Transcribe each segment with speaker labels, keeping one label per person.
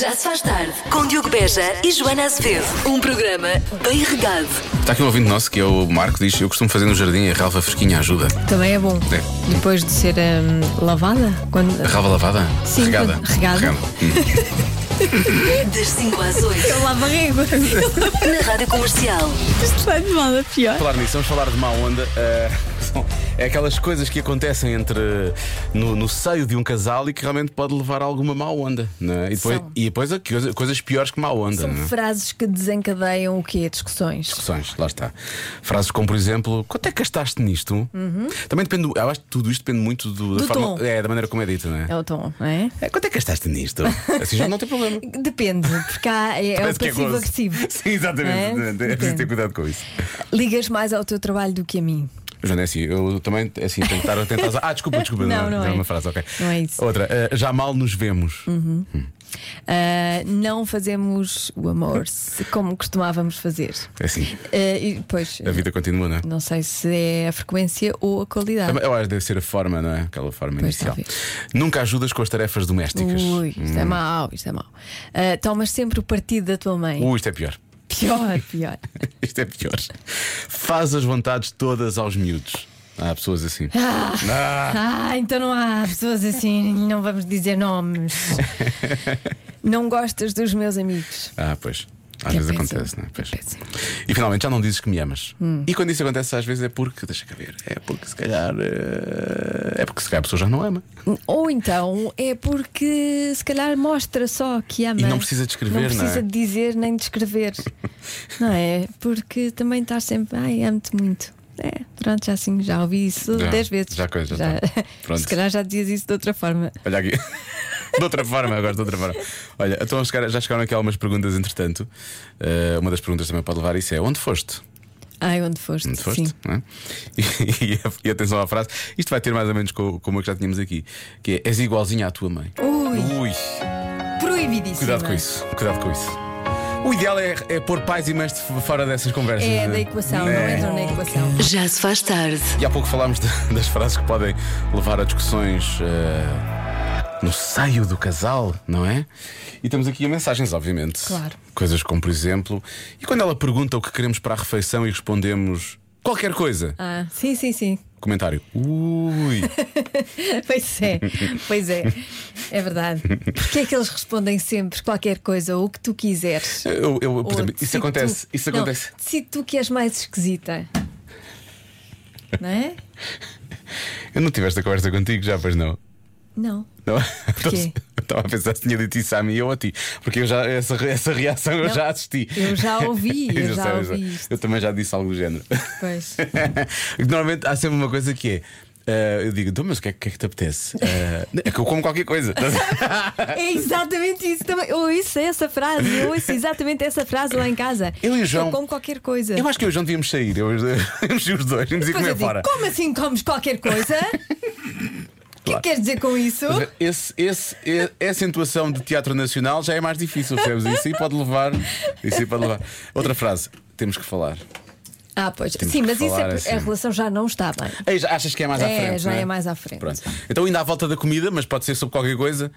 Speaker 1: Já se faz tarde com Diogo Beja e Joana Azevedo. Um programa bem regado.
Speaker 2: Está aqui um ouvinte nosso que é o Marco, diz: Eu costumo fazer no jardim a ralva fresquinha ajuda.
Speaker 3: Também é bom.
Speaker 2: É.
Speaker 3: Depois de ser hum, lavada? Quando...
Speaker 2: A ralva lavada?
Speaker 3: Sim,
Speaker 2: regada.
Speaker 3: regada.
Speaker 2: Hum.
Speaker 1: Das 5 às 8
Speaker 3: Eu lavo a régua.
Speaker 1: na Rádio Comercial.
Speaker 3: Isto vai de mal a pior.
Speaker 2: falar nisso, vamos falar de má onda. eh, são- é aquelas coisas que acontecem entre no, no seio de um casal e que realmente pode levar a alguma má onda. Né? E depois,
Speaker 3: São.
Speaker 2: e depois há coisa- coisas piores que má onda.
Speaker 3: São
Speaker 2: né?
Speaker 3: frases que desencadeiam o quê? Discussões.
Speaker 2: discussões, lá está. Frases como, por exemplo, quanto é que gastaste nisto? Também depende, do- eu acho que tudo isto depende muito do- da
Speaker 3: Uhum. Do
Speaker 2: forma,
Speaker 3: tom.
Speaker 2: é, da maneira como é dito, não é?
Speaker 3: É o tom, não é?
Speaker 2: É, Quanto é que gastaste nisto? Assim já não tem problema.
Speaker 3: Depende, porque há, é, é o
Speaker 2: Parece que gozo.
Speaker 3: passivo-agressivo.
Speaker 2: Sim, exatamente.
Speaker 3: Não é?
Speaker 2: É preciso ter
Speaker 3: Depende.
Speaker 2: cuidado com isso.
Speaker 3: Ligas mais ao teu trabalho do que a mim.
Speaker 2: Joana, é assim, eu também é assim, tenho que estar atento às. Ah, desculpa, desculpa,
Speaker 3: Não, não é.
Speaker 2: uma frase, ok.
Speaker 3: Não é isso. Uhum.
Speaker 2: Outra, eh, já mal nos vemos.
Speaker 3: Ah, não fazemos o amor se- como costumávamos fazer.
Speaker 2: É assim,
Speaker 3: Ah, e depois,
Speaker 2: a vida continua, não é?
Speaker 3: não sei se é a frequência ou a qualidade.
Speaker 2: Eu acho que deve ser a forma, não é? Aquela forma
Speaker 3: Pois,
Speaker 2: inicial.
Speaker 3: talvez.
Speaker 2: Nunca ajudas com as tarefas domésticas.
Speaker 3: Ui, isto
Speaker 2: Hum.
Speaker 3: é mau, isto é mau. Ah, tomas sempre o partido da tua mãe.
Speaker 2: Ui, isto é pior.
Speaker 3: Pior, pior.
Speaker 2: Isto é pior. Faz as vontades todas aos miúdos. Há pessoas assim.
Speaker 3: Ah, então não há pessoas assim, não vamos dizer nomes. não gostas dos meus amigos.
Speaker 2: Ah, pois. Às
Speaker 3: Que é
Speaker 2: vezes
Speaker 3: péssimo.
Speaker 2: acontece, não é? Pois.
Speaker 3: É péssimo. Hum.
Speaker 2: E finalmente já não dizes que me amas. E quando isso acontece, às vezes é porque, deixa cá ver, é porque se calhar. eh, É porque se calhar a pessoa já não ama.
Speaker 3: Ou então é porque se calhar mostra só que ama.
Speaker 2: E não precisa descrever,
Speaker 3: Não precisa
Speaker 2: não é?
Speaker 3: de dizer nem descrever. não é? Porque também estás sempre, ai, amo-te muito. É, pronto, já assim, já ouvi isso
Speaker 2: Já,
Speaker 3: dez vezes.
Speaker 2: já coisa, já tá. Pronto.
Speaker 3: Se calhar já dizias isso de outra forma.
Speaker 2: Olha aqui. De outra forma, agora de outra forma. Olha, então chegar- já chegaram aqui algumas perguntas, entretanto. Eh, uma das perguntas também pode levar a isso é onde foste?
Speaker 3: Ai, onde foste?
Speaker 2: Onde foste?
Speaker 3: Sim.
Speaker 2: não é? E, e- e atenção à frase, isto vai ter mais ou menos co- como a que já tínhamos aqui, que é és igualzinha à tua mãe.
Speaker 3: Ui. Proibidíssimo.
Speaker 2: cuidado com isso, cuidado com isso. O ideal é, é pôr pais e mães de f- fora dessas conversas.
Speaker 3: É
Speaker 2: não
Speaker 3: da equação, não
Speaker 2: É.
Speaker 3: entram na equação.
Speaker 1: Já se faz tarde.
Speaker 2: E há pouco falámos de- das frases que podem levar a discussões eh, no seio do casal, não é? E temos aqui mensagens, obviamente.
Speaker 3: Claro.
Speaker 2: Coisas como, por exemplo, e quando ela pergunta o que queremos para a refeição e respondemos qualquer coisa.
Speaker 3: Ah, sim, sim, sim.
Speaker 2: Comentário. Ui.
Speaker 3: Pois é, pois é. É verdade. Porque é que eles respondem sempre qualquer coisa ou o que tu quiseres?
Speaker 2: Eu, eu, Eh, por
Speaker 3: Ou
Speaker 2: exemplo, isso
Speaker 3: decide
Speaker 2: acontece.
Speaker 3: tu-
Speaker 2: Isso
Speaker 3: Não,
Speaker 2: acontece.
Speaker 3: decide tu que és mais esquisita. Não é?
Speaker 2: Eu não tive esta conversa contigo já, pois não.
Speaker 3: Não.
Speaker 2: Não?
Speaker 3: Porquê?
Speaker 2: Estava a pensar se tinha dito isso a mim ou a ti. Porque eu já, essa, essa reação eu
Speaker 3: Não,
Speaker 2: já assisti.
Speaker 3: eu já ouvi, eu já
Speaker 2: sei,
Speaker 3: ouvi
Speaker 2: sei.
Speaker 3: isto.
Speaker 2: Eu também já disse algo do género.
Speaker 3: Pois.
Speaker 2: Normalmente há sempre uma coisa que é. ah, eu digo, então, mas o que é, o que é que te apetece? Ah, é que eu como qualquer coisa.
Speaker 3: É exatamente isso também. Eu ouço essa frase, eu ouço exatamente essa frase lá em casa.
Speaker 2: Eu e o João-
Speaker 3: Eu como qualquer coisa.
Speaker 2: eu acho que hoje não devíamos sair. Eu, eu, os dois, íamos ir
Speaker 3: Depois eu
Speaker 2: comer
Speaker 3: digo,
Speaker 2: fora.
Speaker 3: como assim comes qualquer coisa? O que é
Speaker 2: Claro.
Speaker 3: que queres dizer com isso?
Speaker 2: Mas é Esse, esse, e- essa intuação de teatro nacional já é mais difícil, percebes? Isso aí pode levar. Isso aí pode levar. Outra frase, temos que falar.
Speaker 3: Ah, pois.
Speaker 2: Temos
Speaker 3: Sim,
Speaker 2: que
Speaker 3: mas isso é
Speaker 2: falar
Speaker 3: porque a
Speaker 2: assim.
Speaker 3: relação já não está bem.
Speaker 2: Aí já achas que é mais à
Speaker 3: É,
Speaker 2: frente?
Speaker 3: já
Speaker 2: não
Speaker 3: é mais à frente.
Speaker 2: Pronto. Então, ainda à volta da comida, mas pode ser sobre qualquer coisa.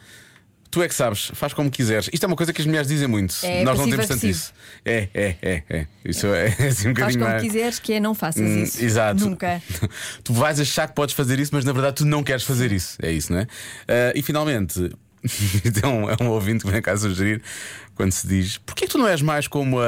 Speaker 2: Tu é que sabes, faz como quiseres. Isto é uma coisa que as mulheres dizem muito.
Speaker 3: É,
Speaker 2: Nós não temos
Speaker 3: passivo-agressivo.
Speaker 2: tanto isso. É, é, é, é. Isso é, é assim um
Speaker 3: Faz
Speaker 2: bocadinho
Speaker 3: como
Speaker 2: mais.
Speaker 3: quiseres, que é não faças
Speaker 2: Hum,
Speaker 3: isso.
Speaker 2: Exato.
Speaker 3: Nunca.
Speaker 2: Tu vais achar que podes fazer isso, mas na verdade tu não queres fazer isso. É isso, não é? Ah, e finalmente, então é um ouvinte que vem cá sugerir quando se diz: Porquê que tu não és mais como a.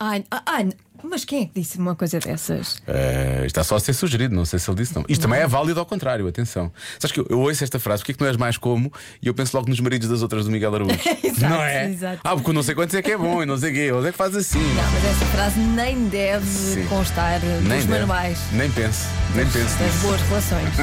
Speaker 3: Ai, ah, ai, mas quem é que disse uma coisa dessas?
Speaker 2: Ah, está só a ser sugerido, não sei se ele disse não. Isto também é válido ao contrário, atenção. Sabes que eu, eu ouço esta frase, porquê que não és mais como? E eu penso logo nos maridos das outras do Miguel Araújo.
Speaker 3: Exato,
Speaker 2: não é?
Speaker 3: exato.
Speaker 2: Ah, porque não sei quantos é que é bom e não sei o quê, onde é que faz assim?
Speaker 3: Não, mas essa frase nem deve
Speaker 2: Sim.
Speaker 3: constar nos
Speaker 2: deve.
Speaker 3: manuais
Speaker 2: nem penso, nem penso.
Speaker 3: das boas relações.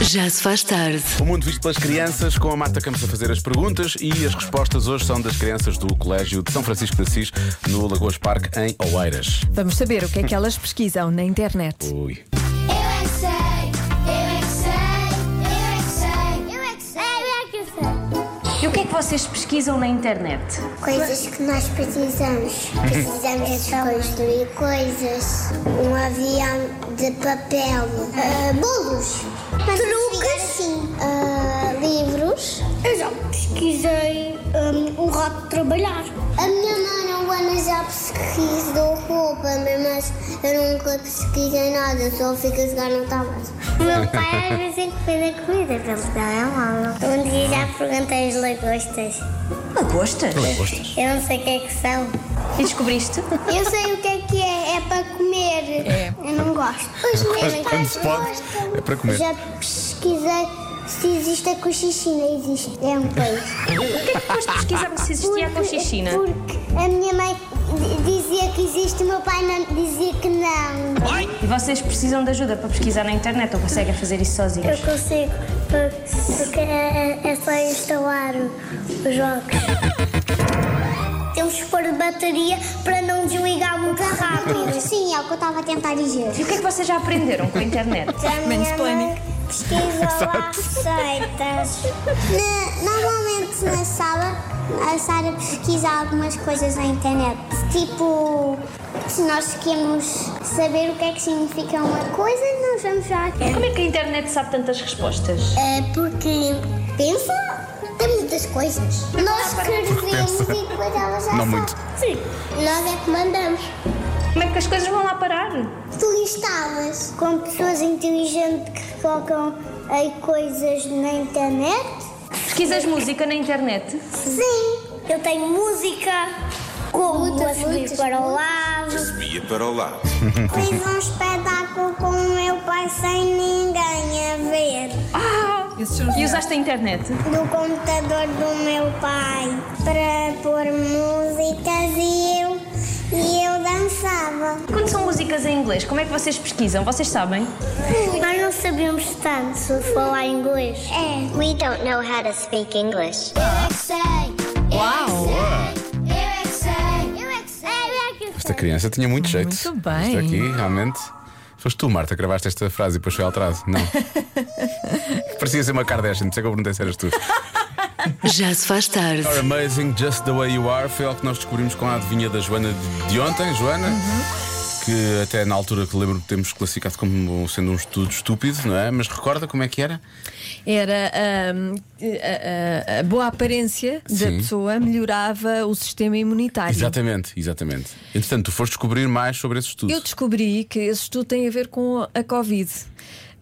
Speaker 1: Já se faz tarde.
Speaker 2: O mundo visto pelas crianças, com a Marta Campos a fazer as perguntas e as respostas hoje são das crianças do Colégio de São Francisco de Assis, no Lagoas Parque, em Oeiras.
Speaker 3: Vamos saber o que é que elas pesquisam na internet.
Speaker 4: Eu
Speaker 2: Ui.
Speaker 4: é que sei, eu é que sei, eu é que sei, eu é que sei, eu é que sei.
Speaker 5: E o que é que vocês pesquisam na internet?
Speaker 6: Coisas que nós precisamos. Precisamos de construir coisas. Um avião de papel. Ah, bolos. Truques. ah, livros. hum,
Speaker 4: Eu já pesquisei um, o
Speaker 6: lado trabalhar. A minha mãe Ana já pesquisou roupa, mas eu nunca pesquisei nada, só fico a jogar no tablado. O meu pai às vezes encomenda comida para me dar a Um dia já perguntei as lagostas.
Speaker 1: Lagostas?
Speaker 6: Eu não sei o que é que são.
Speaker 5: E descobriste?
Speaker 6: Eu sei o que é que é, é para comer.
Speaker 5: É.
Speaker 6: Eu não gosto. Os meus
Speaker 2: Quando- quando
Speaker 6: pais
Speaker 2: se pode,
Speaker 6: gostam.
Speaker 2: é para comer.
Speaker 6: Já pesquisei se existe a cochichina, existe. É um país.
Speaker 5: Porquê é que depois pesquisaram se existia a cochichina?
Speaker 6: Porque a minha mãe di- dizia que existe, o meu pai não dizia que não.
Speaker 5: E vocês precisam de ajuda para pesquisar na internet ou conseguem fazer isso sozinhos?
Speaker 6: consigo, porque é, só instalar os jogos. Temos que pôr bateria para não desligar muito rápido. Sim, é o que eu estava a tentar dizer.
Speaker 5: E o que é que vocês já aprenderam com a internet?
Speaker 6: A minha mãe é pesquisa lá receitas. normalmente na sala, a Sara pesquisa algumas coisas na internet. Tipo, se nós queremos saber o que é que significa uma coisa, nós vamos já.
Speaker 5: Como é que a internet sabe tantas respostas?
Speaker 6: É porque pensa, tem muitas coisas. Nós escrevemos e depois elas já
Speaker 2: Não
Speaker 6: sabem.
Speaker 2: muito.
Speaker 6: Sim. Nós é que mandamos.
Speaker 5: Como é que as coisas vão lá parar?
Speaker 6: Tu instalas com pessoas inteligentes que colocam aí coisas na internet.
Speaker 5: Pesquisas música na internet?
Speaker 6: Sim. Eu tenho música como a subir para o lado.
Speaker 7: Subia para o lado.
Speaker 6: Fiz um espetáculo com o meu pai sem ninguém a ver.
Speaker 5: Ah!
Speaker 3: Esses são os
Speaker 5: E usaste a internet?
Speaker 6: Do computador do meu pai para pôr músicas e eu, e eu dançava.
Speaker 5: Quando são músicas em inglês, como é que vocês pesquisam? Vocês sabem?
Speaker 6: Nós não sabíamos tanto falar inglês. É.
Speaker 8: We don't know how to speak English.
Speaker 6: Eu é que sei. é
Speaker 3: Uau!
Speaker 6: Eu é que sei. Eu é que sei. Eu é que sei.
Speaker 2: Esta criança tinha muito jeito.
Speaker 3: Muito bem.
Speaker 2: Isto aqui, realmente. Foste tu, Marta, que gravaste esta frase e depois foi alterado. Não. Parecia ser uma Kardashian, não sei que eu perguntei se eras tu.
Speaker 1: Já se faz tarde.
Speaker 2: You're amazing, just the way you are. Foi algo que nós descobrimos com a adivinha da Joana de- de ontem, Joana.
Speaker 3: Uhum.
Speaker 2: Que até na altura que lembro que temos classificado como sendo um estudo estúpido, não é? Mas recorda como é que era?
Speaker 3: Era hum, a, a- a boa aparência da
Speaker 2: Sim.
Speaker 3: pessoa melhorava o sistema imunitário.
Speaker 2: Exatamente, exatamente. Entretanto, tu foste descobrir mais sobre esse estudo.
Speaker 3: Eu descobri que esse estudo tem a ver com a Covid.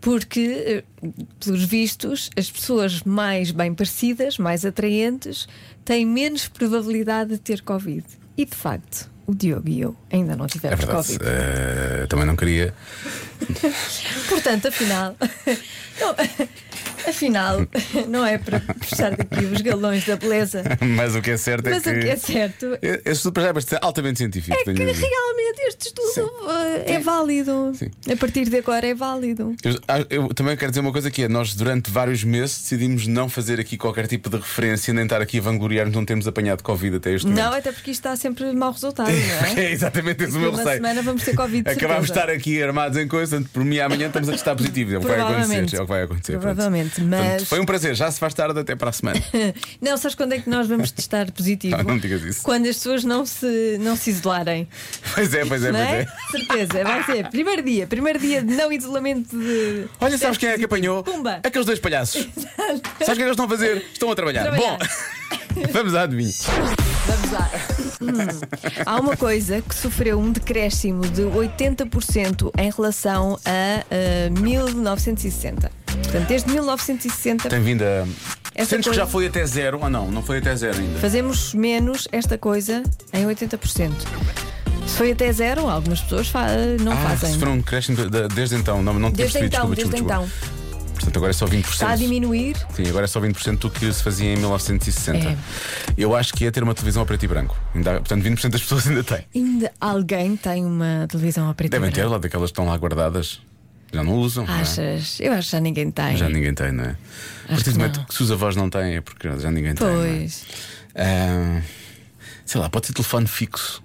Speaker 3: Porque, eh, pelos vistos, as pessoas mais bem parecidas, mais atraentes, têm menos probabilidade de ter Covid. E, de facto, o Diogo e eu ainda não
Speaker 2: É
Speaker 3: tivemos
Speaker 2: verdade.
Speaker 3: Covid.
Speaker 2: eh, também não queria.
Speaker 3: Portanto, afinal. não, afinal, não é para puxar daqui os galões da beleza.
Speaker 2: Mas o que é certo é
Speaker 3: Mas
Speaker 2: que.
Speaker 3: o que é certo
Speaker 2: Esse estudo para já é bastante- altamente científico.
Speaker 3: É que
Speaker 2: tenho a dizer.
Speaker 3: realmente este estudo eh, é
Speaker 2: Sim.
Speaker 3: válido.
Speaker 2: Sim.
Speaker 3: A partir de agora é válido.
Speaker 2: Eu, ah, eu também quero dizer uma coisa que é: nós durante vários meses decidimos não fazer aqui qualquer tipo de referência, nem estar aqui a vangloriar-nos não termos apanhado Covid até este
Speaker 3: Não,
Speaker 2: momento.
Speaker 3: até porque isto dá sempre mau resultado, não é?
Speaker 2: É exatamente esse o
Speaker 3: Daqui
Speaker 2: meu
Speaker 3: a uma
Speaker 2: receio.
Speaker 3: semana vamos ter Covid, de
Speaker 2: Acabámos de
Speaker 3: certeza.
Speaker 2: estar aqui armados em coisa, portanto, por mim amanhã estamos a testar positivo. É o que vai acontecer.
Speaker 3: Provavelmente.
Speaker 2: É o que vai acontecer. pronto.
Speaker 3: Provavelmente, mas-
Speaker 2: Portanto, foi um prazer, já se faz tarde até para a semana.
Speaker 3: Não, sabes quando é que nós vamos testar positivo?
Speaker 2: Ah, Não, não digas isso.
Speaker 3: Quando as pessoas não se, não se isolarem.
Speaker 2: pois é, pois é,
Speaker 3: não
Speaker 2: pois
Speaker 3: é?
Speaker 2: é.
Speaker 3: Certeza, vai ser. Primeiro dia, primeiro dia de não isolamento de.
Speaker 2: Olha, sabes quem é que apanhou?
Speaker 3: Pumba.
Speaker 2: Aqueles dois palhaços. sabes o que é que eles estão a fazer? Estão a trabalhar.
Speaker 3: Trabalhar.
Speaker 2: Bom, vamos à adivinha.
Speaker 3: Vamos lá. Hum, Há uma coisa que sofreu um decréscimo de 80% em relação a eh, 1960. Portanto, desde 1960
Speaker 2: Tem vindo a.
Speaker 3: Essa
Speaker 2: Sentes que
Speaker 3: coisa-
Speaker 2: já foi até zero ou não? Não foi até zero ainda.
Speaker 3: fazemos menos esta coisa em 80%. Se foi até zero, algumas pessoas fa- eh, não
Speaker 2: Ah,
Speaker 3: fazem.
Speaker 2: se for um crescimento de- de- desde então, não, não tinha
Speaker 3: Desde
Speaker 2: percebido,
Speaker 3: então,
Speaker 2: desculpa,
Speaker 3: desde
Speaker 2: desculpa,
Speaker 3: então.
Speaker 2: desculpa. Portanto, agora é só 20%.
Speaker 3: Está a diminuir.
Speaker 2: Sim, agora é só 20% do que se fazia em 1960.
Speaker 3: É.
Speaker 2: Eu acho que ia ter uma televisão a preto e branco. Ainda, portanto, 20% das pessoas ainda têm.
Speaker 3: Ainda alguém tem uma televisão a preto e
Speaker 2: Devem ter
Speaker 3: branco?
Speaker 2: lá daquelas que estão lá guardadas. Já não usam. não é?
Speaker 3: Achas? Eu é. acho que já ninguém tem.
Speaker 2: Já ninguém tem, não é? A partir
Speaker 3: que
Speaker 2: do momento
Speaker 3: não.
Speaker 2: que se os avós não têm, é porque já ninguém tem. não é?
Speaker 3: Pois.
Speaker 2: Ah, sei lá, pode ser telefone fixo.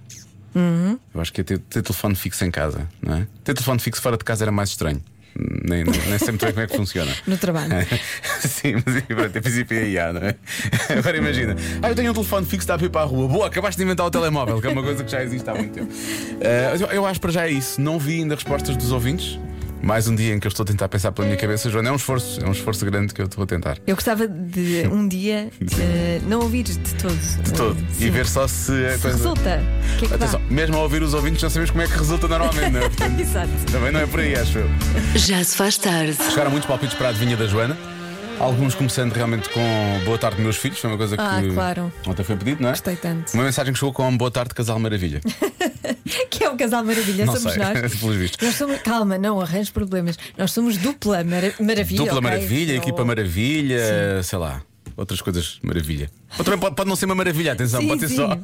Speaker 3: Uhum.
Speaker 2: Eu acho que ia ter, ter telefone fixo em casa, não é? Ter telefone fixo fora de casa era mais estranho. Nem, nem, nem sei muito bem como é que funciona.
Speaker 3: No trabalho.
Speaker 2: Sim, mas pronto, em princípio é IA, não é? Agora imagina, ah, eu tenho um telefone fixo, está a ir para a rua. Boa, acabaste de inventar o telemóvel, Eh, que é uma coisa que já existe há muito tempo. Ah, eu- eu acho para já é isso. Não vi ainda respostas dos ouvintes. Mais um dia em que eu estou a tentar pensar pela minha cabeça, Joana, é um esforço, é um esforço grande que eu vou tentar.
Speaker 3: Eu gostava de um dia eh, não ouvir de todo. Eh,
Speaker 2: De todo. E ver só se a
Speaker 3: se
Speaker 2: coisa.
Speaker 3: resulta. O que é que dá?
Speaker 2: Atenção, mesmo ao ouvir os ouvintes, já sabemos como é que resulta normalmente, não é? Portanto,
Speaker 3: Exato.
Speaker 2: Também não é por aí, acho eu.
Speaker 1: Já se faz tarde.
Speaker 2: Chegaram muitos palpites para a adivinha da Joana. Alguns começando realmente com Boa tarde, meus filhos, foi uma coisa que
Speaker 3: Ah, claro.
Speaker 2: ontem foi pedido, não é?
Speaker 3: Gostei tanto.
Speaker 2: Uma mensagem que chegou com Boa tarde, Casal Maravilha.
Speaker 3: Que é um casal maravilha,
Speaker 2: Não
Speaker 3: somos
Speaker 2: sei,
Speaker 3: nós.
Speaker 2: pelos vistos.
Speaker 3: Nós somos- calma, não arranjes problemas. Nós somos dupla mara- maravilha.
Speaker 2: Dupla
Speaker 3: ok? É
Speaker 2: Maravilha,
Speaker 3: Ou-
Speaker 2: Equipa Maravilha, sei lá, outras coisas maravilha. Ou também pode, pode não ser uma maravilha, atenção,
Speaker 3: Sim,
Speaker 2: pode ser
Speaker 3: sim.
Speaker 2: só.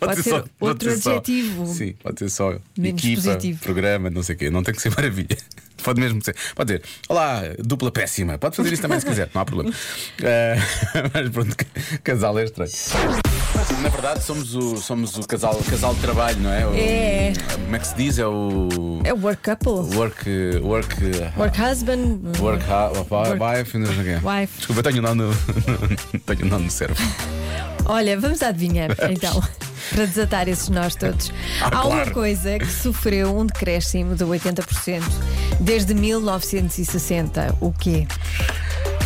Speaker 3: Pode ser outro
Speaker 2: só-
Speaker 3: adjetivo.
Speaker 2: Sim, pode ser só
Speaker 3: Menos
Speaker 2: equipa,
Speaker 3: positivo.
Speaker 2: programa, não sei o quê. Não tem que ser maravilha. Pode mesmo ser. Pode dizer, olá, dupla péssima. Pode fazer isso também se quiser, não há problema. Eh, mas pronto, ca- casal é estranho. Na verdade, somos o, somos o casal, casal de trabalho, não é? O-
Speaker 3: É.
Speaker 2: Como é que se diz? É o.
Speaker 3: É o work couple.
Speaker 2: Work. Work.
Speaker 3: Work husband.
Speaker 2: Work, ha-
Speaker 3: Work-
Speaker 2: wife, não sei o quê.
Speaker 3: Wife.
Speaker 2: Desculpa, eu tenho um nó no, tenho um nó no cérebro.
Speaker 3: Olha, vamos adivinhar então. Para desatar esses nós todos, há uma
Speaker 2: Ah, claro.
Speaker 3: coisa que sofreu um decréscimo de 80% desde 1960. O quê?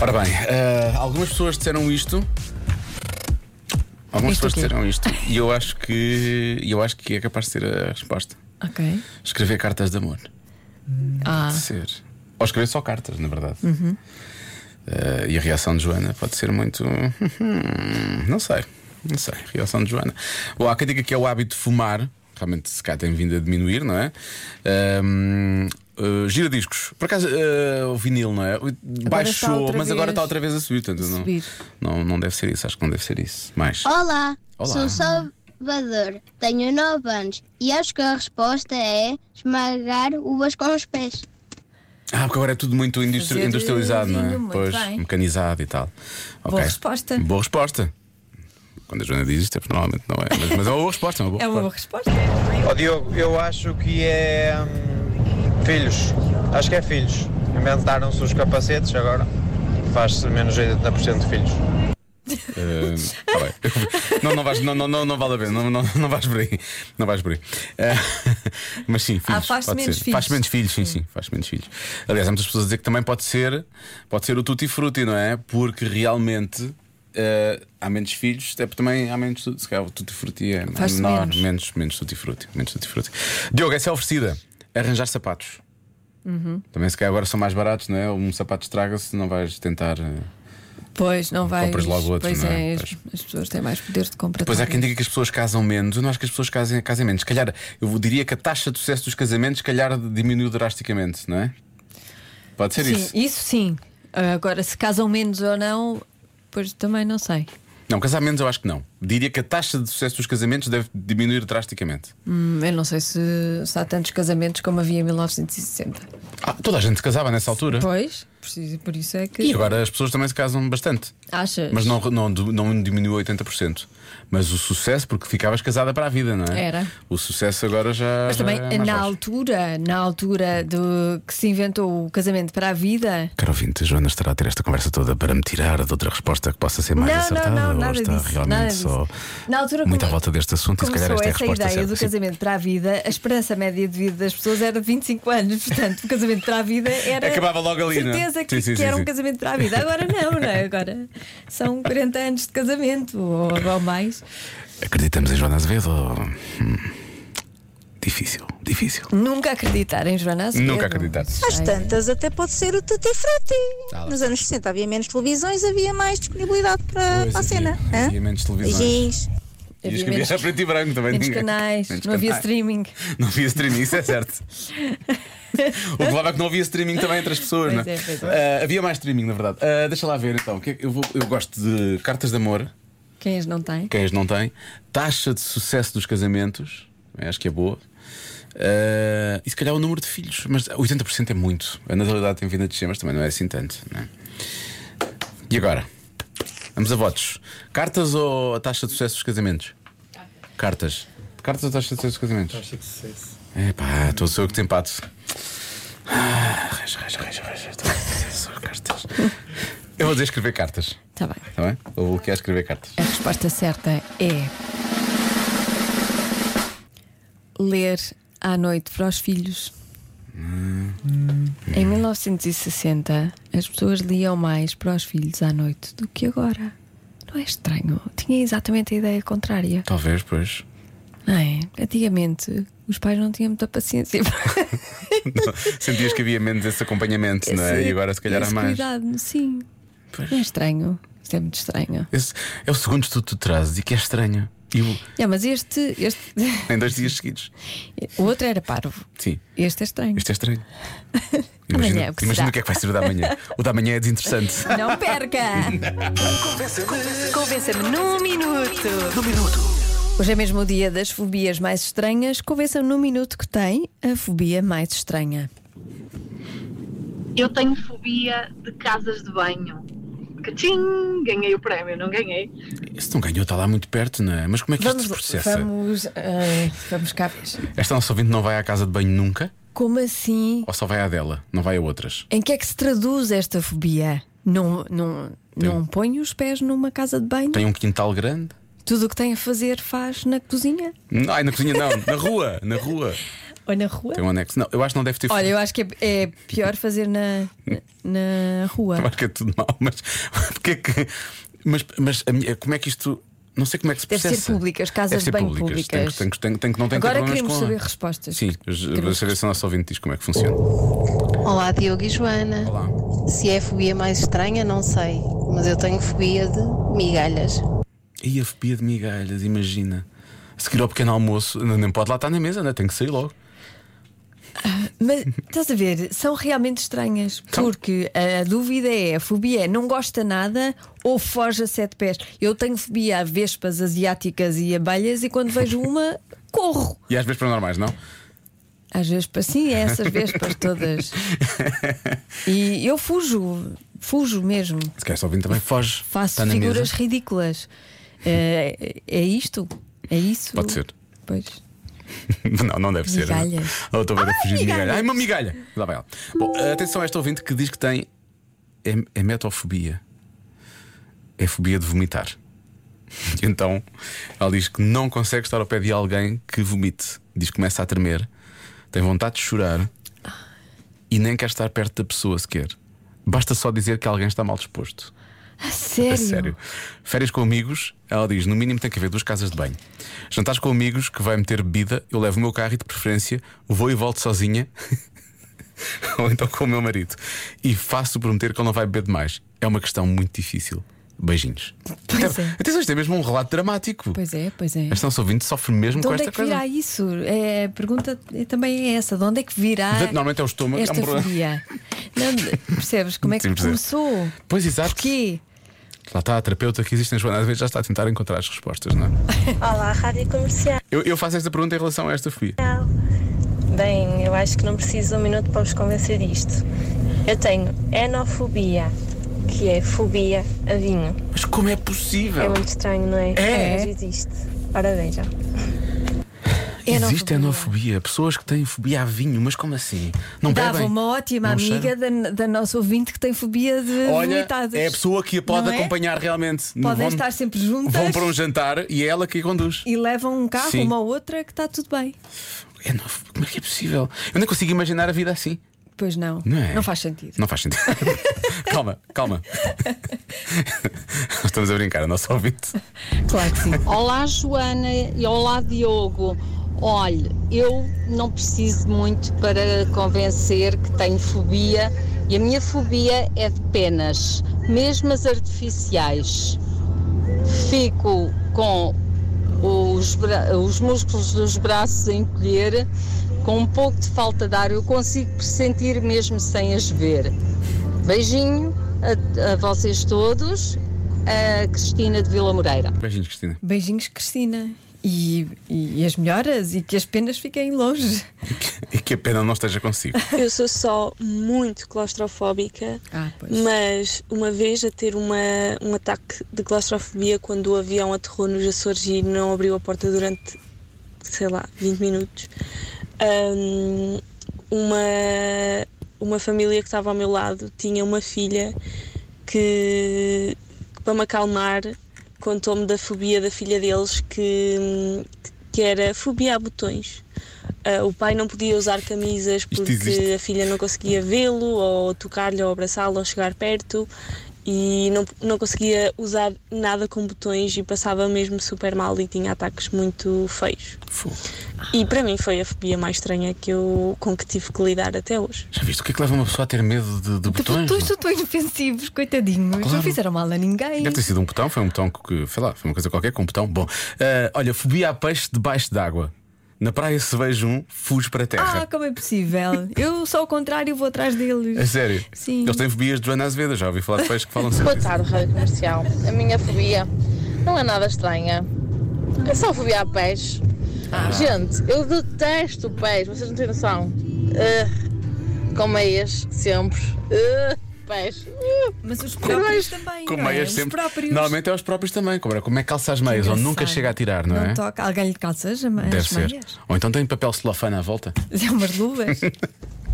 Speaker 2: Ora bem, eh, algumas pessoas disseram isto. Algumas
Speaker 3: Isto
Speaker 2: pessoas
Speaker 3: o quê?
Speaker 2: disseram isto e eu acho que eu acho que é capaz de ser a resposta.
Speaker 3: Ok.
Speaker 2: Escrever cartas de amor.
Speaker 3: Ah,
Speaker 2: Pode ser. Ou escrever só cartas, na verdade. Eh, e a reação de Joana pode ser muito. "Hum, Não sei. Não sei. Reação de Joana. Ou há quem diga que é o hábito de fumar. Realmente se cá tem vindo a diminuir, não é? Ahm, eh, giradiscos. Por acaso, eh, o vinil, não é?
Speaker 3: está
Speaker 2: Baixou,
Speaker 3: outra
Speaker 2: mas agora
Speaker 3: vez
Speaker 2: está outra vez a subir. Portanto, não,
Speaker 3: subir.
Speaker 2: não, não deve ser isso. Acho que não deve ser isso. Mais.
Speaker 7: Olá,
Speaker 2: Olá.
Speaker 7: sou Salvador, tenho 9 anos e acho que a resposta é esmagar uvas com os pés.
Speaker 2: Ah, porque agora é tudo muito industri-
Speaker 3: Fazer eh,
Speaker 2: industrializado, não é?
Speaker 3: vinho, muito
Speaker 2: pois,
Speaker 3: bem.
Speaker 2: mecanizado e tal.
Speaker 3: Boa resposta.
Speaker 2: Boa resposta. Quando a Joana diz isto, é porque normalmente não é. Mas, mas é uma boa resposta. é Uma boa
Speaker 3: é uma boa
Speaker 2: resposta.
Speaker 3: resposta.
Speaker 9: Ó Diogo, eu acho que é. hum, filhos. Acho que é filhos. Inventaram-se os capacetes agora. Faz-se menos 80% de filhos.
Speaker 2: Ah, tá bem. não, não, vais, não, não, não, não vale a pena. Não, não, não vais por aí. Não vais por aí. Ah, mas sim, filhos.
Speaker 3: Ah, faz-se
Speaker 2: pode
Speaker 3: menos
Speaker 2: ser.
Speaker 3: filhos.
Speaker 2: Faz menos filhos, sim, sim. Faz menos filhos. Aliás, há muitas pessoas a dizer que também pode ser, pode ser o tutti frutti, não é? Porque realmente. ah, há menos filhos, até porque também há menos. tu- Se calhar o tutti frutti é
Speaker 3: Faz-se
Speaker 2: menor,
Speaker 3: menos.
Speaker 2: menos, menos tutti frutti. Menos tutti frutti. Diogo, essa é oferecida. Arranjar sapatos.
Speaker 3: Uhum.
Speaker 2: Também se calhar agora são mais baratos, não é? Um sapato estraga-se, não vais tentar. ah,
Speaker 3: Pois, não vai.
Speaker 2: Compras logo outro,
Speaker 3: Pois
Speaker 2: não é?
Speaker 3: é, as,
Speaker 2: Pois.
Speaker 3: as pessoas têm mais poder de compra.
Speaker 2: Pois é, há
Speaker 3: também.
Speaker 2: quem diga que as pessoas casam menos. Eu não acho que as pessoas casem, casem menos. Se calhar, eu diria que a taxa de sucesso dos casamentos, se calhar, diminuiu drasticamente, não é? Pode ser
Speaker 3: Sim,
Speaker 2: isso.
Speaker 3: sim. Agora, se casam menos ou não, pois também não sei.
Speaker 2: Não, casar menos eu acho que não. Diria que a taxa de sucesso dos casamentos deve diminuir drasticamente.
Speaker 3: Hum, Eu não sei se, se há tantos casamentos como havia em 1960.
Speaker 2: Ah, toda a gente se casava nessa altura.
Speaker 3: Pois, preciso- por isso é que.
Speaker 2: E agora as pessoas também se casam bastante.
Speaker 3: Achas?
Speaker 2: Mas não, não, não diminuiu 80%. Mas o sucesso, porque ficavas casada para a vida, não é?
Speaker 3: Era.
Speaker 2: O sucesso agora já.
Speaker 3: Mas também
Speaker 2: já é mais
Speaker 3: na
Speaker 2: baixo.
Speaker 3: altura, na altura do que se inventou o casamento para a vida.
Speaker 2: Caro ouvinte, a Joana estará a ter esta conversa toda para me tirar de outra resposta que possa ser mais
Speaker 3: não,
Speaker 2: acertada
Speaker 3: não, não,
Speaker 2: ou
Speaker 3: nada
Speaker 2: está
Speaker 3: disso.
Speaker 2: realmente
Speaker 3: nada disso.
Speaker 2: só
Speaker 3: na altura,
Speaker 2: muito à
Speaker 3: como-
Speaker 2: volta deste assunto e se
Speaker 3: Começou
Speaker 2: calhar esta é a
Speaker 3: essa
Speaker 2: resposta
Speaker 3: ideia
Speaker 2: certa.
Speaker 3: do casamento para a vida, a esperança média de vida das pessoas era de 25 anos, portanto, o casamento para a vida era.
Speaker 2: Acabava logo ali, não é?
Speaker 3: certeza que,
Speaker 2: Sim, sim,
Speaker 3: que
Speaker 2: sim,
Speaker 3: era
Speaker 2: sim.
Speaker 3: um casamento para a vida. Agora não, não é? Agora são 40 anos de casamento ou, ou mais.
Speaker 2: Sim. Acreditamos em Joana Azevedo? Hum, difícil, difícil.
Speaker 3: Nunca acreditar em Joana Azevedo.
Speaker 2: Nunca acreditar.
Speaker 10: Às
Speaker 3: Sei.
Speaker 10: tantas até pode ser o tutti frutti.
Speaker 2: é? Ah, lá.
Speaker 10: Nos anos 60 havia menos televisões, havia mais disponibilidade para, para a cena. Hã?
Speaker 2: Havia menos televisões.
Speaker 10: Beijinhos.
Speaker 2: E
Speaker 3: Havia
Speaker 2: escrevia
Speaker 3: menos-
Speaker 2: já preto e branco também.
Speaker 3: menos
Speaker 2: tinha.
Speaker 3: canais,
Speaker 2: Menos
Speaker 3: não havia
Speaker 2: canais.
Speaker 3: streaming.
Speaker 2: Não havia streaming, isso é certo. o que levava a que não havia streaming também entre as pessoas,
Speaker 3: Pois
Speaker 2: não
Speaker 3: é, pois
Speaker 2: Ah, havia mais streaming, na verdade. Ah, deixa lá ver então. o que é que- Eu, vou- eu gosto de cartas de amor.
Speaker 3: Quem as não tem?
Speaker 2: quem as não tem, taxa de sucesso dos casamentos, eu acho que é boa. Ah, e se calhar o número de filhos, mas 80% é muito. A natalidade tem vindo a descer, mas também não é assim tanto. não é? E agora? Vamos a votos. Cartas ou a taxa de sucesso dos casamentos? Cartas. Cartas ou taxa de sucesso dos casamentos? Taxa de sucesso. Epá, estou sou eu que te empato. Ah, reja, reja, reja, reja. Taxa de sucesso, cartas. Eu vou dizer escrever cartas.
Speaker 3: Está tá bem.
Speaker 2: Está bem? Eu vou bloquear escrever cartas.
Speaker 3: A resposta certa é. Ler à noite para os filhos
Speaker 2: Hum.
Speaker 3: Em 1960, as pessoas liam mais para os filhos à noite do que agora. Não é estranho? Tinha exatamente a ideia contrária.
Speaker 2: Talvez, pois.
Speaker 3: Não é? Antigamente, os pais não tinham muita paciência para
Speaker 2: Não, Sentias que havia menos esse acompanhamento, não é?
Speaker 3: esse-
Speaker 2: E agora se calhar há
Speaker 3: esse
Speaker 2: mais.
Speaker 3: cuidado, sim. Não é estranho. Isto é muito estranho.
Speaker 2: Esse é o segundo estudo que tu trazes e que é estranho. E o-
Speaker 3: É, mas este, este.
Speaker 2: em dois dias seguidos.
Speaker 3: O outro era parvo.
Speaker 2: Sim.
Speaker 3: Este é estranho.
Speaker 2: Isto é estranho.
Speaker 3: Amanhã
Speaker 2: Imagina,
Speaker 3: é o que
Speaker 2: imagina
Speaker 3: será.
Speaker 2: o que é que vai ser o da manhã. O da manhã é desinteressante.
Speaker 3: Não perca! Convença-me num minuto. Num minuto. Hoje é mesmo o dia das fobias mais estranhas. Convença-me num minuto que tem a fobia mais estranha.
Speaker 11: Eu tenho fobia de casas de banho. Cachim! Ganhei o prémio, não ganhei.
Speaker 2: Se não ganhou, está lá muito perto, não é? Mas como é que isto se processa?
Speaker 3: vamos, eh, vamos cá.
Speaker 2: Esta nossa ouvinte não vai à casa de banho nunca?
Speaker 3: Como assim?
Speaker 2: Ou só vai à dela? Não vai a outras?
Speaker 3: Em que é que se traduz esta fobia? Não, não,
Speaker 2: Tem-
Speaker 3: não põe os pés numa casa de banho?
Speaker 2: Tem um quintal grande?
Speaker 3: Tudo o que tem a fazer faz na cozinha?
Speaker 2: Ai, na cozinha não, na rua, na rua.
Speaker 3: Ou na rua?
Speaker 2: Tem um anexo. Não, eu acho que não deve ter
Speaker 3: Olha, eu acho que é, é pior fazer na, na, na rua.
Speaker 2: Eu acho que é tudo mau, mas porque é que. Mas, mas a minha- como é que isto. Não sei como é que se
Speaker 3: Deve ser
Speaker 2: processa.
Speaker 3: públicas, casas
Speaker 2: Deve ser
Speaker 3: de banho
Speaker 2: públicas. Tem
Speaker 3: públicas.
Speaker 2: que- tem que- tem que- tem que- não tem que ter
Speaker 3: Agora
Speaker 2: problemas com
Speaker 3: queremos
Speaker 2: a-
Speaker 3: saber respostas.
Speaker 2: Sim, eh, vou saber se o nosso ouvinte diz como é que funciona.
Speaker 12: Olá, Diogo e Joana. Se é a fobia mais estranha, não sei, mas eu tenho fobia de migalhas.
Speaker 2: E a fobia de migalhas, imagina. A seguir ao pequeno almoço, não- nem pode lá estar na mesa, né? tem que sair logo.
Speaker 3: Mas estás a ver, são realmente estranhas. Porque a, a dúvida é: a fobia é não gosta nada ou foge a sete pés. Eu tenho fobia a vespas asiáticas e abelhas, e quando vejo uma, corro.
Speaker 2: E às vezes para normais, não?
Speaker 3: Às vespas, sim, é essas vespas todas. E eu fujo, fujo mesmo.
Speaker 2: Se calhar só ouvinte também foge.
Speaker 3: Faço
Speaker 2: está Tá na
Speaker 3: figuras
Speaker 2: mesa.
Speaker 3: ridículas. É, é isto? É isso?
Speaker 2: Pode ser.
Speaker 3: Pois.
Speaker 2: Não, não deve ser.
Speaker 3: Migalhas. Ah,
Speaker 2: Não, estou a ver a fugir de migalha.
Speaker 3: migalhas.
Speaker 2: Ai, uma migalha! Lá vai ela. Bom, atenção a esta ouvinte que diz que tem em- emetofobia. É fobia de vomitar. E Então, ela diz que não consegue estar ao pé de alguém que vomite. Diz que começa a tremer, tem vontade de chorar e nem quer estar perto da pessoa sequer. Basta só dizer que alguém está mal disposto.
Speaker 3: A sério?
Speaker 2: A sério. Férias com amigos, ela diz: no mínimo tem que haver duas casas de banho. Jantares com amigos, que vai meter bebida, eu levo o meu carro e de preferência vou e volto sozinha, ou então com o meu marido. E faço prometer que ele não vai beber demais. É uma questão muito difícil. Beijinhos.
Speaker 3: Pois é.
Speaker 2: Atenção, isto é mesmo um relato dramático.
Speaker 3: Pois é, pois é.
Speaker 2: Esta nossa ouvinte sofre mesmo
Speaker 3: De
Speaker 2: com
Speaker 3: onde
Speaker 2: esta
Speaker 3: é que
Speaker 2: coisa.
Speaker 3: virá isso? É, a pergunta é- também é essa: de onde é que virá
Speaker 2: De- Normalmente é o estômago, é
Speaker 3: esta
Speaker 2: um problema.
Speaker 3: fobia? Não, de- percebes como é que
Speaker 2: Sim, percebo.
Speaker 3: começou?
Speaker 2: Pois exato.
Speaker 3: Porquê?
Speaker 2: Lá está a terapeuta que existe na Joana, às vezes já está a tentar encontrar as respostas, não é?
Speaker 13: Olá, Rádio Comercial.
Speaker 2: Eu, eu faço esta pergunta em relação a esta fobia.
Speaker 13: Bem, eu acho que não preciso de um minuto para vos convencer disto. Eu tenho enofobia, que é fobia a vinho.
Speaker 2: Mas como é possível?
Speaker 13: É muito estranho, não é?
Speaker 2: É.
Speaker 13: Mas existe. Ora vejam.
Speaker 2: Existe enofobia. Pessoas que têm fobia a vinho, mas como assim? Não
Speaker 3: Dava
Speaker 2: bebem?
Speaker 3: uma ótima
Speaker 2: Não
Speaker 3: amiga da, da nossa ouvinte que tem fobia de
Speaker 2: Olha,
Speaker 3: vomitadas.
Speaker 2: é a pessoa que a pode
Speaker 3: Não é?
Speaker 2: acompanhar realmente.
Speaker 3: Podem
Speaker 2: Vão-
Speaker 3: estar sempre juntas
Speaker 2: Vão para um jantar e é ela que a conduz.
Speaker 3: e levam um carro,
Speaker 2: Sim.
Speaker 3: uma ou outra, que está tudo bem.
Speaker 2: Enof- Como é que é possível? Eu nem consigo imaginar a vida assim.
Speaker 3: Pois não.
Speaker 2: Não é?
Speaker 3: faz sentido.
Speaker 2: Não faz sentido. calma, calma. Estamos a brincar, o nosso ouvinte.
Speaker 3: Claro que sim.
Speaker 14: Olá, Joana e olá, Diogo. Olha, eu não preciso muito para convencer que tenho fobia e a minha fobia é de penas, mesmo as artificiais. Fico com os, bra- os músculos dos braços a encolher, com um pouco de falta de ar, eu consigo sentir mesmo sem as ver. Beijinho a, a vocês todos, a Cristina de Vila Moreira.
Speaker 2: Beijinhos, Cristina.
Speaker 3: Beijinhos, Cristina. E, e as melhoras e que as penas fiquem longe.
Speaker 2: E que a pena não esteja consigo.
Speaker 15: Eu sou só muito claustrofóbica,
Speaker 2: Ah,
Speaker 15: mas uma vez a ter uma, um ataque de claustrofobia quando o avião aterrou nos Açores e não abriu a porta durante, sei lá, 20 minutos, hum, uma, uma família que estava ao meu lado tinha uma filha que, que para me acalmar, contou-me da fobia da filha deles que, hum, que era fobia a botões. ah, o pai não podia usar camisas porque
Speaker 2: existe.
Speaker 15: a filha não conseguia vê-lo, ou tocar-lhe, ou abraçá-lo, ou chegar perto, e não, não conseguia usar nada com botões e passava mesmo super mal e tinha ataques muito feios. E para mim foi a fobia mais estranha que eu, com que tive que lidar até hoje.
Speaker 2: Já viste o que é que leva uma pessoa a ter medo de, de botões? é?
Speaker 3: Todos estão inofensivos, coitadinhos. Não
Speaker 2: Claro.
Speaker 3: fizeram mal a ninguém.
Speaker 2: Deve ter sido um botão, foi um botão que, sei lá, foi uma coisa qualquer com um botão. Bom, ah, olha, fobia a peixe debaixo d'água. Na praia se vejo um, fujo para a terra.
Speaker 3: Ah, como é possível? Eu só ao contrário vou atrás deles.
Speaker 2: é sério?
Speaker 3: Ah, Sim.
Speaker 2: Eles têm fobias de Joana Azevedo, já ouvi falar de peixes que falam
Speaker 16: Boa
Speaker 2: sempre. disso.
Speaker 16: tarde, Rádio Comercial. A minha fobia não é nada estranha. É só fobia a pés. Gente, eu detesto pés, vocês não têm noção. Uh, com meias, sempre. Uh, pés. Ah.
Speaker 3: Mas os
Speaker 2: próprios
Speaker 3: também. é?
Speaker 2: Com meias sempre. Normalmente é os próprios também. Como, é- como é que calça as meias? Ou nunca
Speaker 3: Engraçado.
Speaker 2: chega a tirar, não, é?
Speaker 3: toca. Alguém lhe calça as ma-
Speaker 2: Deve
Speaker 3: as
Speaker 2: ser.
Speaker 3: meias?
Speaker 2: Ou então tem papel celofane à volta.
Speaker 3: É umas luvas.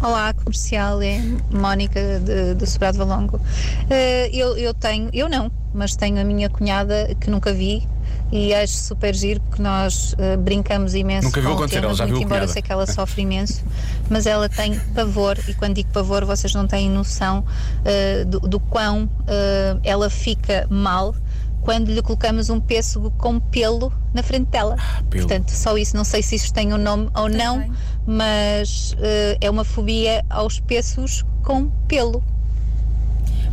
Speaker 17: Olá, comercial, é Mónica de- do Sobrado Valongo. Eh, eu, eu tenho, eu não, mas tenho a minha cunhada que nunca vi e acho super giro porque nós eh, brincamos imenso
Speaker 18: Nunca viu
Speaker 17: com o
Speaker 18: acontecer,
Speaker 17: tema,
Speaker 18: ela já
Speaker 17: muito
Speaker 18: viu a
Speaker 17: embora eu
Speaker 18: cunhada.
Speaker 17: sei que ela sofre imenso, mas ela tem pavor e quando digo pavor vocês não têm noção eh, do, do quão eh, ela fica mal quando lhe colocamos um pêssego com pelo na frente dela.
Speaker 2: pelo.
Speaker 17: Portanto, só isso, não sei se isto tem um nome ou não, mas eh, é uma fobia aos pêssegos com pelo.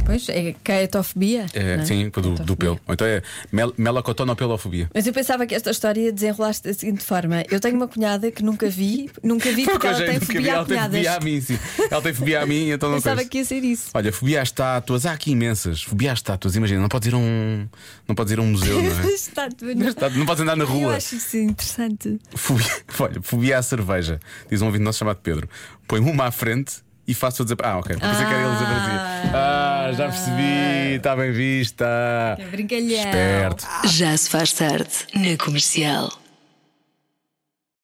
Speaker 3: Pois é, caetofobia.
Speaker 2: É,
Speaker 3: não é?
Speaker 2: Sim, do, do pelo. Ou então é mel, melacotonopelofobia.
Speaker 3: Mas eu pensava que esta história desenrolaste da seguinte forma: eu tenho uma cunhada que nunca vi, nunca vi porque ela
Speaker 2: Coisa,
Speaker 3: tem
Speaker 2: nunca vi,
Speaker 3: fobia a
Speaker 2: ela tem
Speaker 3: cunhadas.
Speaker 2: fobia a mim, sim. Ela tem fobia a mim, então não
Speaker 3: Pensava
Speaker 2: coisa.
Speaker 3: que ia ser isso.
Speaker 2: Olha, fobia às estátuas, há aqui imensas. Fobia às estátuas, imagina, não podes ir a um, não podes ir a um museu, não é?
Speaker 3: Está tudo
Speaker 2: Não está- Não podes andar na
Speaker 3: Eu
Speaker 2: rua.
Speaker 3: acho isso interessante.
Speaker 2: Fobia, olha, fobia à cerveja, diz um ouvinte nosso chamado Pedro. Põe uma à frente e faço a desaparecer. Ah, ok, pensei que era ele desaparecer. Ah, já percebi, está bem vista.
Speaker 3: Brincalhão.
Speaker 2: Esperto.
Speaker 1: Já se faz tarde na comercial.